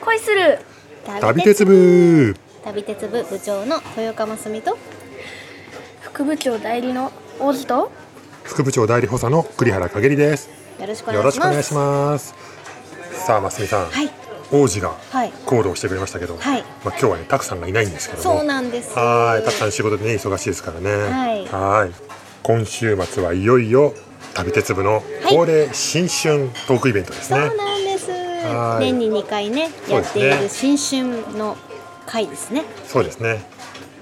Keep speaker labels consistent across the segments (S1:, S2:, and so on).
S1: 恋する
S2: 旅鉄部
S3: 旅鉄部部長の豊岡真澄と
S1: 副部長代理のオズと
S2: 副部長代理補佐の栗原かげりです
S3: よろしくお
S2: よ
S3: 願
S2: ろ
S3: い
S2: し
S3: し
S2: くお願
S3: ま
S2: いし
S3: す。
S2: ますさあ真澄さん、
S3: はい
S2: 王子が
S3: はい
S2: 行動してくれましたけど、
S3: はい
S2: まあ今日はねたくさんがいないんですけども
S3: そうなんです。
S2: はーいたくさん仕事でね忙しいですからね
S3: はい
S2: はーい今週末はいよいよ旅鉄部の恒例新春トークイベントです
S3: そ
S2: ね、
S3: うなんです。
S2: はい
S3: 年に2回ね
S2: そう
S3: や
S2: で
S3: っ
S2: す
S3: て
S2: ね
S3: いる新春の会ですね。
S2: そうですね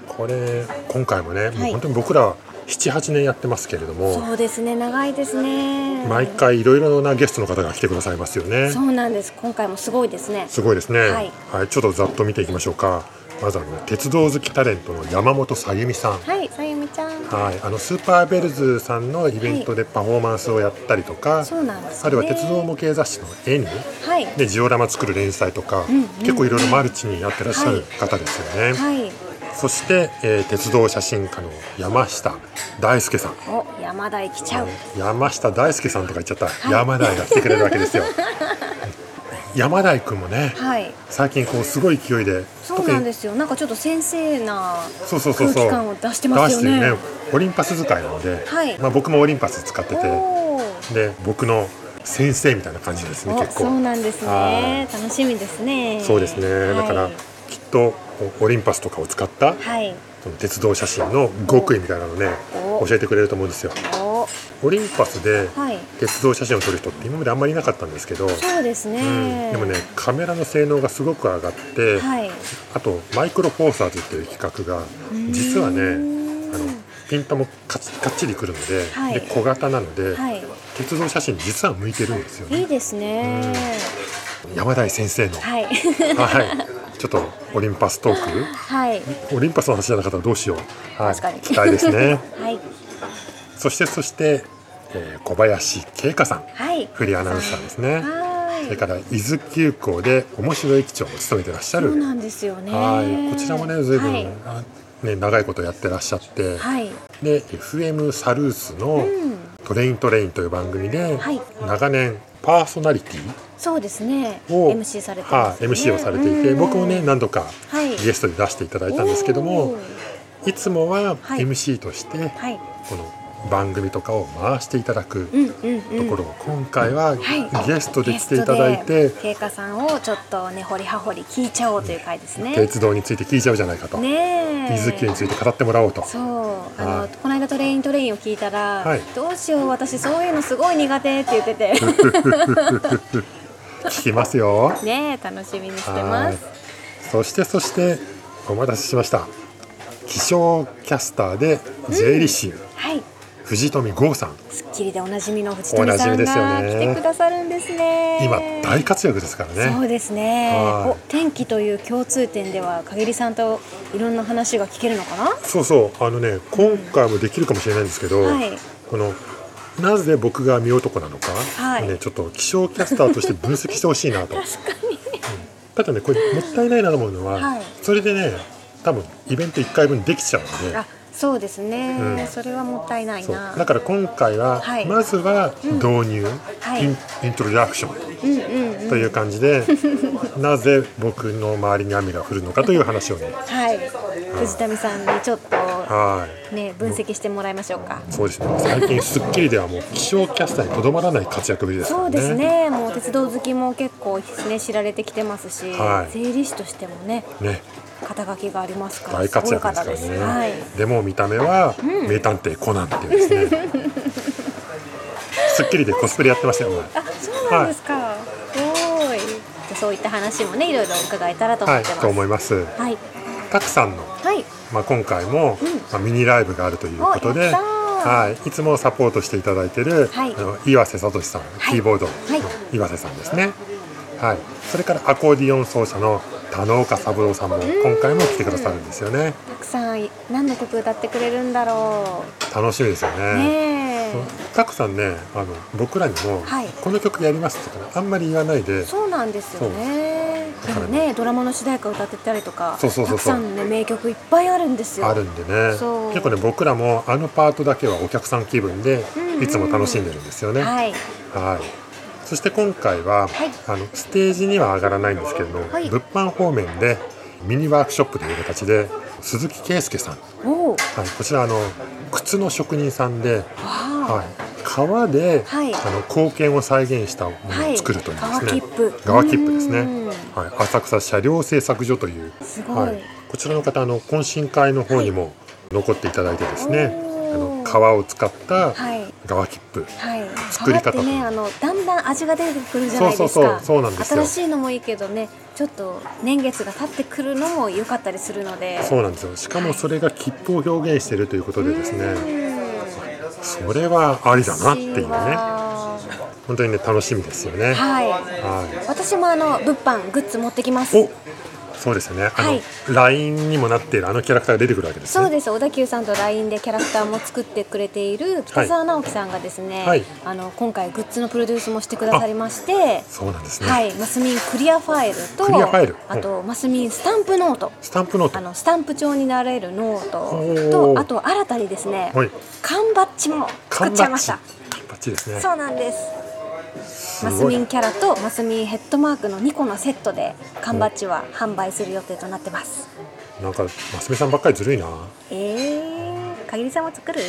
S2: これ今回もね、も
S3: は
S2: う
S3: い
S2: 本当に僕ら78年やってますけれども
S3: そうですね長いですね。
S2: 毎回いろいろなゲストの方が来てくださいますよね
S3: そうなんです今回もすごいですね。
S2: すごいですね、は
S3: はいい
S2: ちょっとざっと見ていきましょうかまずあの鉄道好きタレントの山本さゆみさん
S3: はいさゆみちゃん。
S2: はい、あのスーパーベルズさんのイベントでパフォーマンスをやったりとか、
S3: そうなんですね
S2: あるいは鉄道模型雑誌の絵に
S3: はい
S2: でジオラマ作る連載とか、結構いろいろマルチにやってらっしゃる方ですよね、
S3: はい。
S2: そして、えー鉄道写真家の山下大輔さん
S3: お山田来ちゃう。
S2: 山下大輔さんとか言っちゃった、山台が来てくれるわけで すよ山台くんもね
S3: はい。
S2: 最近こうすごい勢いで
S3: そうなんですすよなんかちょっと先生な
S2: そうそうそうそう
S3: 空気感を出してますよね
S2: 出してるオリンパス使いなので、
S3: はい
S2: まあ、僕もオリンパス使って
S3: お
S2: て
S3: おー。
S2: で僕の先生みたいな感じですね
S3: お
S2: 結構
S3: そうなんです
S2: は
S3: ね楽しみですね。
S2: いそうですね、だから
S3: はい
S2: きっとオリンパスとかを使った
S3: はい。
S2: その鉄道写真の極意みたいなのね
S3: お
S2: 教えてくれると思うんですよ
S3: お
S2: オリンパスで
S3: はい
S2: 鉄道写真を撮る人って今まであんまりいなかったんですけど、
S3: そうですね。
S2: うんでもねカメラの性能がすごく上がって、
S3: はい。
S2: あとマイクロフォーサーズっていう企画が実はねあのピントもかっかっちりくるので,、
S3: はい
S2: で小型なので、
S3: はい。
S2: 鉄道写真に実は向いてるんですよ
S3: いい
S2: ね
S3: ですね。
S2: 山台先生のは
S3: はい。
S2: いちょっとオリンパストー
S3: はい。
S2: クオリンパスの話じゃなかったらどうしよう、はい、
S3: 確かに
S2: 期待ですね
S3: はい。
S2: そしてそして、えー小林慶香さん
S3: はい。
S2: フリーアナウンサーですね
S3: は
S2: それ
S3: い。
S2: から伊豆急行で面白い機長を務めてらっしゃ
S3: そう
S2: る
S3: なんですよね。
S2: はいこちらもね随分、
S3: はい。
S2: あね長いことやってらっしゃって、
S3: はい。
S2: で FM サルースの
S3: うん。
S2: 「トレイントレイン」という番組で、
S3: はい
S2: 長年パーソナリティ
S3: そうですね。
S2: を
S3: MC されてま
S2: は
S3: す
S2: い
S3: ね。
S2: MC をされていて、
S3: うん
S2: 僕もね何度か
S3: はい
S2: ゲストで出していただいたんですけども、
S3: おー
S2: い、つもは
S3: はい
S2: MC として、
S3: はい。
S2: この番組とかを回していただ
S3: う
S2: く
S3: んうんう
S2: と
S3: ん。
S2: ころを、今回
S3: は
S2: は
S3: い
S2: ゲストで来ていただいて、
S3: ゲストで経過さんをちょっとね掘り葉掘り聞いちゃおうという回ですね。
S2: 鉄道について聞いちゃうじゃないかと、
S3: ねえ。
S2: 伊豆急について語ってもらおうと。
S3: そうあの、
S2: はい
S3: この間トレイントレインを聞いたら、
S2: はい
S3: どうしよう私そういうのすごい苦手って言ってて
S2: 聞きま すよ。
S3: ねえ楽しみにしてます
S2: はいそしてそしてお待たせしました気象キャスターで税理士、
S3: はい
S2: 藤富剛さん
S3: 『スッキリ』でおなじみの藤富さ
S2: おなじみ
S3: ん
S2: ですよ
S3: が
S2: ね
S3: 来てくださるんですね
S2: 今大活躍ですから
S3: そう
S2: ね
S3: ですね
S2: はい
S3: お天気という共通点ではかげりさんといろんな話が聞けるのかな
S2: そうそうあのね今回もできるかもしれないんですけど、
S3: はい
S2: このなぜ僕が見男なのか、
S3: はい
S2: ね、ちょっと気象キャスターとして分析してほしいな とただねこれもったいないなと思うのは、
S3: はい
S2: それでね多分イベント1回分できちゃうので
S3: あそうですね、
S2: うん
S3: それはもったいない
S2: そう
S3: な
S2: だから今回は、
S3: はい
S2: まずは導入、
S3: はい
S2: インイントロダクション、という感じ で、なぜ僕の周りに雨が降るのかという話をね
S3: はい藤富さんにちょっと
S2: はい
S3: ね分析してもらいましょうか
S2: そうですね最近『スッキリ』ではもう気象キャスターにとどまらない活躍ぶりですから
S3: そう
S2: ね
S3: ですねもう鉄道好きも結構、ね、知られてきてますし、
S2: はい
S3: 税理士としてもね
S2: ね
S3: 肩書きがありますから
S2: 大活躍ですからね
S3: すご
S2: で
S3: い方はい、
S2: も見た目は、名探偵コナンっていうですね スッキリでコスプレやってましたよ、前
S3: あそうなんですか、おーいじゃあそういった話もねいろいろ伺えたらと思
S2: は
S3: っ
S2: い
S3: てます
S2: と思います
S3: はい
S2: たくさんの
S3: はい
S2: まあ、今回も、まあ、ミニライブがあるということ
S3: おや
S2: で、
S3: ったー
S2: はい、いつもサポートしていただいてる、
S3: はい
S2: あの岩瀬聡さん、キーボードの
S3: い
S2: 岩瀬さんですね、はい、それからアコーディオン奏者の田之岡三郎さんも今回も来てくださるんですよね
S3: たくさん何の曲歌ってくれるんだろ
S2: 楽しみですよ
S3: う
S2: ね
S3: ねえ
S2: たくさんねあの僕らにも、
S3: はい
S2: この曲やります」とか、ね、あんまり言わないで
S3: そうなんですよね
S2: そ
S3: で
S2: う
S3: もねドラマの主題歌歌ってたりとか
S2: そうそうそうそう
S3: たくさんね名曲いっぱいあるんですよ
S2: あるんでね
S3: そう
S2: 結構ね僕らもあのパートだけはお客さん気分で
S3: うんうん
S2: いつも楽しんでるんですよね。
S3: はい
S2: はい。そして今回
S3: は
S2: は、
S3: い
S2: あのステージには上がらないんですけれども、
S3: はい
S2: 物販方面でミニワークショップという形で鈴木圭介さん、は
S3: おお。
S2: い、こちらあの靴の職人さんで、
S3: あ
S2: はい、革で、
S3: はい
S2: あの貢献を再現したも
S3: あは
S2: の
S3: い。
S2: を作るというですね、
S3: 側切符。
S2: 側切符です
S3: う
S2: ね
S3: ん。
S2: はい、浅草車両製作所という。
S3: すごい
S2: はい、こちらの方、あの懇親会の方にも残っていただいてですね。
S3: おー
S2: あの革を使った
S3: はい。
S2: 側切符。
S3: はい。
S2: 作り方
S3: 皮ってね、あのだんだん味が出てくるじゃないですか。
S2: そうそうそうそうなんですよ
S3: 新しいのもいいけどね、ちょっと年月が経ってくるのも良かったりするので。
S2: そうなんですよ。しかもそれが切符を表現しているということでですね。それはありだなっていうね。
S3: は
S2: 本当にね、楽しみですよね。
S3: はい。
S2: は
S3: 私もあの物販グッズ持ってきま
S2: い。
S3: す
S2: お。。そうですよね。あの、
S3: はい
S2: LINE にもなっているあのキャラクターが出てくるわけですね。
S3: そうです小田急さんと LINE でキャラクターも作ってくれている北澤直樹さんがですね、
S2: はい
S3: あの今回グッズのプロデュースもしてくださりまして、
S2: そうなんですね。
S3: はい、マスミンクリアファイルと
S2: クリアファイル
S3: あとマスミンスタンプノート
S2: スタンプノー
S3: あ
S2: ト。
S3: のスタンプ帳になれるノー
S2: お
S3: ト
S2: ー
S3: とあと新たにですね、
S2: はい
S3: 缶バッジも作っちゃいました
S2: 缶。バッチ。缶バッチですね。
S3: そうなんです
S2: す
S3: マス
S2: ごい
S3: ミンキャラとマスミンヘッドマークの2個のセットで缶バッジは販売する予定となってます
S2: なんかマスミさんばっかりずるいな
S3: えー、かぎりさんも作る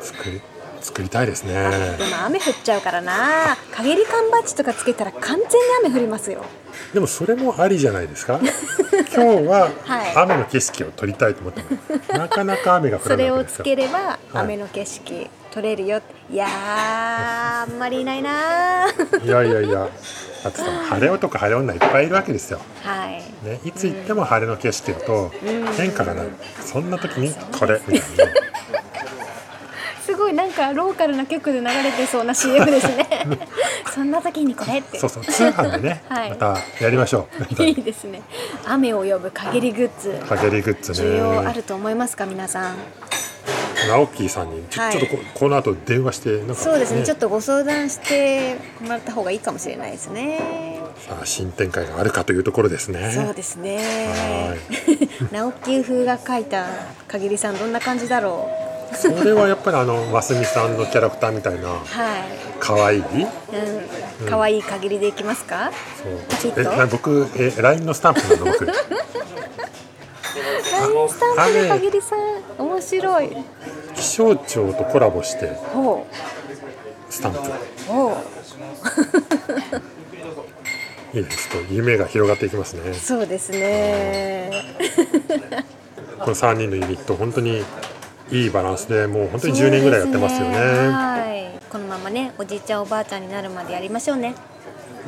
S2: 作り作りたいですね
S3: でも雨降っちゃうからな陰り缶バッジとかつけたら完全に雨降りますよ
S2: でもそれもありじゃな いですか今日は
S3: はい
S2: 雨の景色を撮りたいと思ってますなかなか雨が降
S3: そ
S2: らない
S3: れ
S2: わ
S3: を
S2: けです
S3: つ
S2: よ
S3: ければ
S2: い
S3: 雨の景色撮れるよいやーあんまりいないなはい
S2: やいやいやだってさ晴れ男晴れ女いっぱいいるわけですよ、
S3: い
S2: ね、いつ行っても晴れの景色だと
S3: うん
S2: 変化がないそんな時にこれみたいな
S3: すごいなんかローカルな曲で流れてそうな CM ですねそんな時にこれって
S2: そうそう通販で ね、
S3: はい
S2: またやりましょ うみた
S3: い
S2: い
S3: いですね雨を呼ぶ陰りグッズ
S2: な陰りグッズ
S3: 需要あ
S2: ね
S3: ると思いますか皆さん
S2: ナオキーさんにちょ,、
S3: はい
S2: ちょっとここの後電話してなんか、
S3: そうですねちょっとご相談してもらった方がいいかもしれないですね
S2: さあ新展開があるかというところですね。
S3: そうですね
S2: は。
S3: 直木風が書いた限りさんどんな感じだろ
S2: それはやっぱりあのマスミさんのキャラクターみたいな
S3: う。は
S2: 可愛い。
S3: い。うん。可愛い限りでいきますか。パチ
S2: そ
S3: ッ
S2: う。
S3: と
S2: え、な僕え LINE のスタンプなの僕。
S3: ラインスタンプで限りさん面白い。
S2: 気象庁とコラボして
S3: ほ
S2: スタンプ。
S3: うほ
S2: いいですと夢が広がっていきますね
S3: う。。そうですね。
S2: この三人のユニット本当にいいバランスでもう本当に10年ぐらいやってます
S3: そ
S2: よ
S3: うです
S2: ね。
S3: はい。このままねおじいちゃんおばあちゃんになるまでやりましょうね。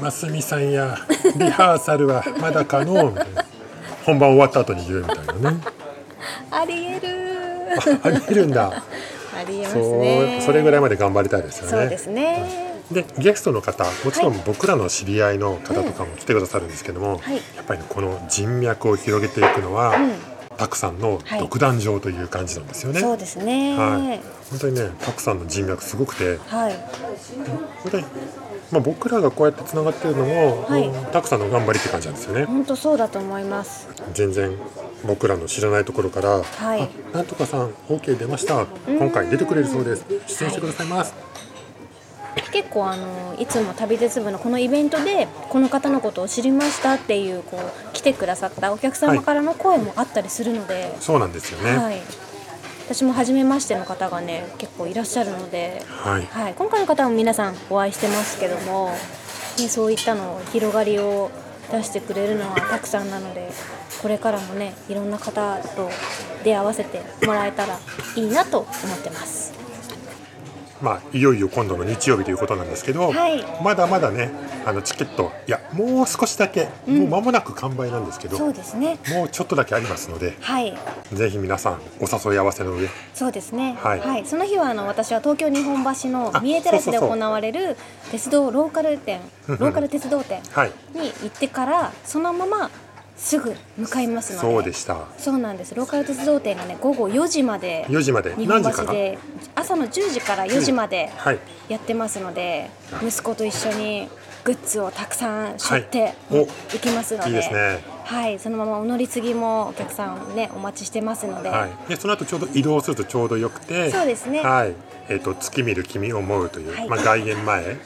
S2: マスミさんやリハーサルはまだ可能みたいな。本番終わった後に言うみたいなね。
S3: ありえる。
S2: あ見るんだ。
S3: ありえます
S2: そ
S3: ね。
S2: うそれぐらい
S3: い。
S2: まで頑張りたいですよね。
S3: そうですね。
S2: でゲストの方もちろん僕らの知り合いの方とかも来てくださるんですけども、
S3: はい
S2: やっぱりねこの人脈を広げていくのは、たくさんの
S3: はい
S2: 独壇場という感じなんですよね。
S3: そうですね。
S2: はい、本当にねたくさんの人脈すごくて
S3: はい
S2: 本当に、まあ、僕らがこうやってつながってるのも、
S3: はい
S2: うんたくさんの頑張りって感じなんですよね。
S3: 本当そうだと思います。
S2: 全然僕らの知らないところから「
S3: はい
S2: あなんとかさん OK 出ました今回出てくれるそうです出演してくださいます」
S3: 結構あのいつも旅鉄部のこのイベントでこの方のことを知りましたっていうこう来てくださったお客様からの声もあったりするので、
S2: そうなんですよ
S3: はい
S2: ね。
S3: 私も初めましての方がね結構いらっしゃるので、
S2: はい
S3: はい、今回の方も皆さんお会いしてますけども、ね、そういったの広がりを出してくれるのはたくさんなのでこれからもねいろんな方と出会わせてもらえたらいいなと思ってます。
S2: まあ、いよいよ今度の日曜日ということなんですけど、
S3: はい
S2: まだまだねあのチケットいやもう少しだけ、もう間もなく完売なんですけど
S3: そうですね
S2: もうちょっとだけありますので
S3: はい
S2: ぜひ皆さんお誘い合わせの上
S3: そうですね、は
S2: はいい
S3: その日はあの私は東京日本橋の
S2: あ
S3: 三重テラスで
S2: そ
S3: 行
S2: うそうそう
S3: われる鉄道ローカル店
S2: うんうん
S3: ローカル鉄道店
S2: はい
S3: に行ってからそのまますぐ向かいますので
S2: そうでした
S3: そうなんですローカル鉄道店がね午後4時まで
S2: 4時まで
S3: 日
S2: 何
S3: 本
S2: 時か
S3: 橋
S2: ら
S3: で朝の10時から4時まで
S2: はい
S3: やってますので、
S2: はい
S3: 息子と一緒にグッズをたくさん背負って、
S2: はいお
S3: 行きますので
S2: いいですね
S3: はい、そのままお乗り継ぎもお客さんねお待ちしてますので、
S2: はい、でその後ちょうど移動するとちょうどよくて
S3: そうですね
S2: はいえー、と月見る君思うという、
S3: はい
S2: まあ、外苑前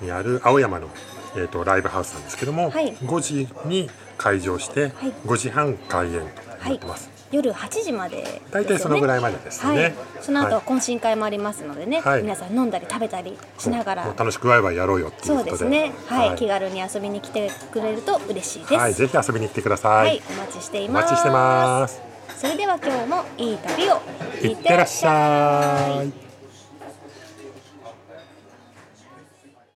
S2: にある青山の、えー、とライブハウスなんですけども、
S3: はい
S2: 5時に開場して、
S3: はい
S2: 5時半開演と
S3: は
S2: なっ
S3: い
S2: てます、、
S3: 夜8時までですよね、
S2: 大体そのぐらいまでですね
S3: はい、その後
S2: は
S3: はい懇親会もありますのでね、
S2: はい
S3: 皆さん飲んだり食べたりしながら、
S2: もう楽しくワイワイやろうよっていう
S3: そ
S2: こ
S3: う
S2: とで
S3: ですね、はい、気
S2: は
S3: 軽に遊びに来てくれると嬉しいです。
S2: いはい、ぜひ遊びに来てくださ、
S3: はいい、お待ちしてい
S2: お
S3: ます。
S2: 待ちしてます
S3: それでは今日もいい旅を
S2: いってらっしゃい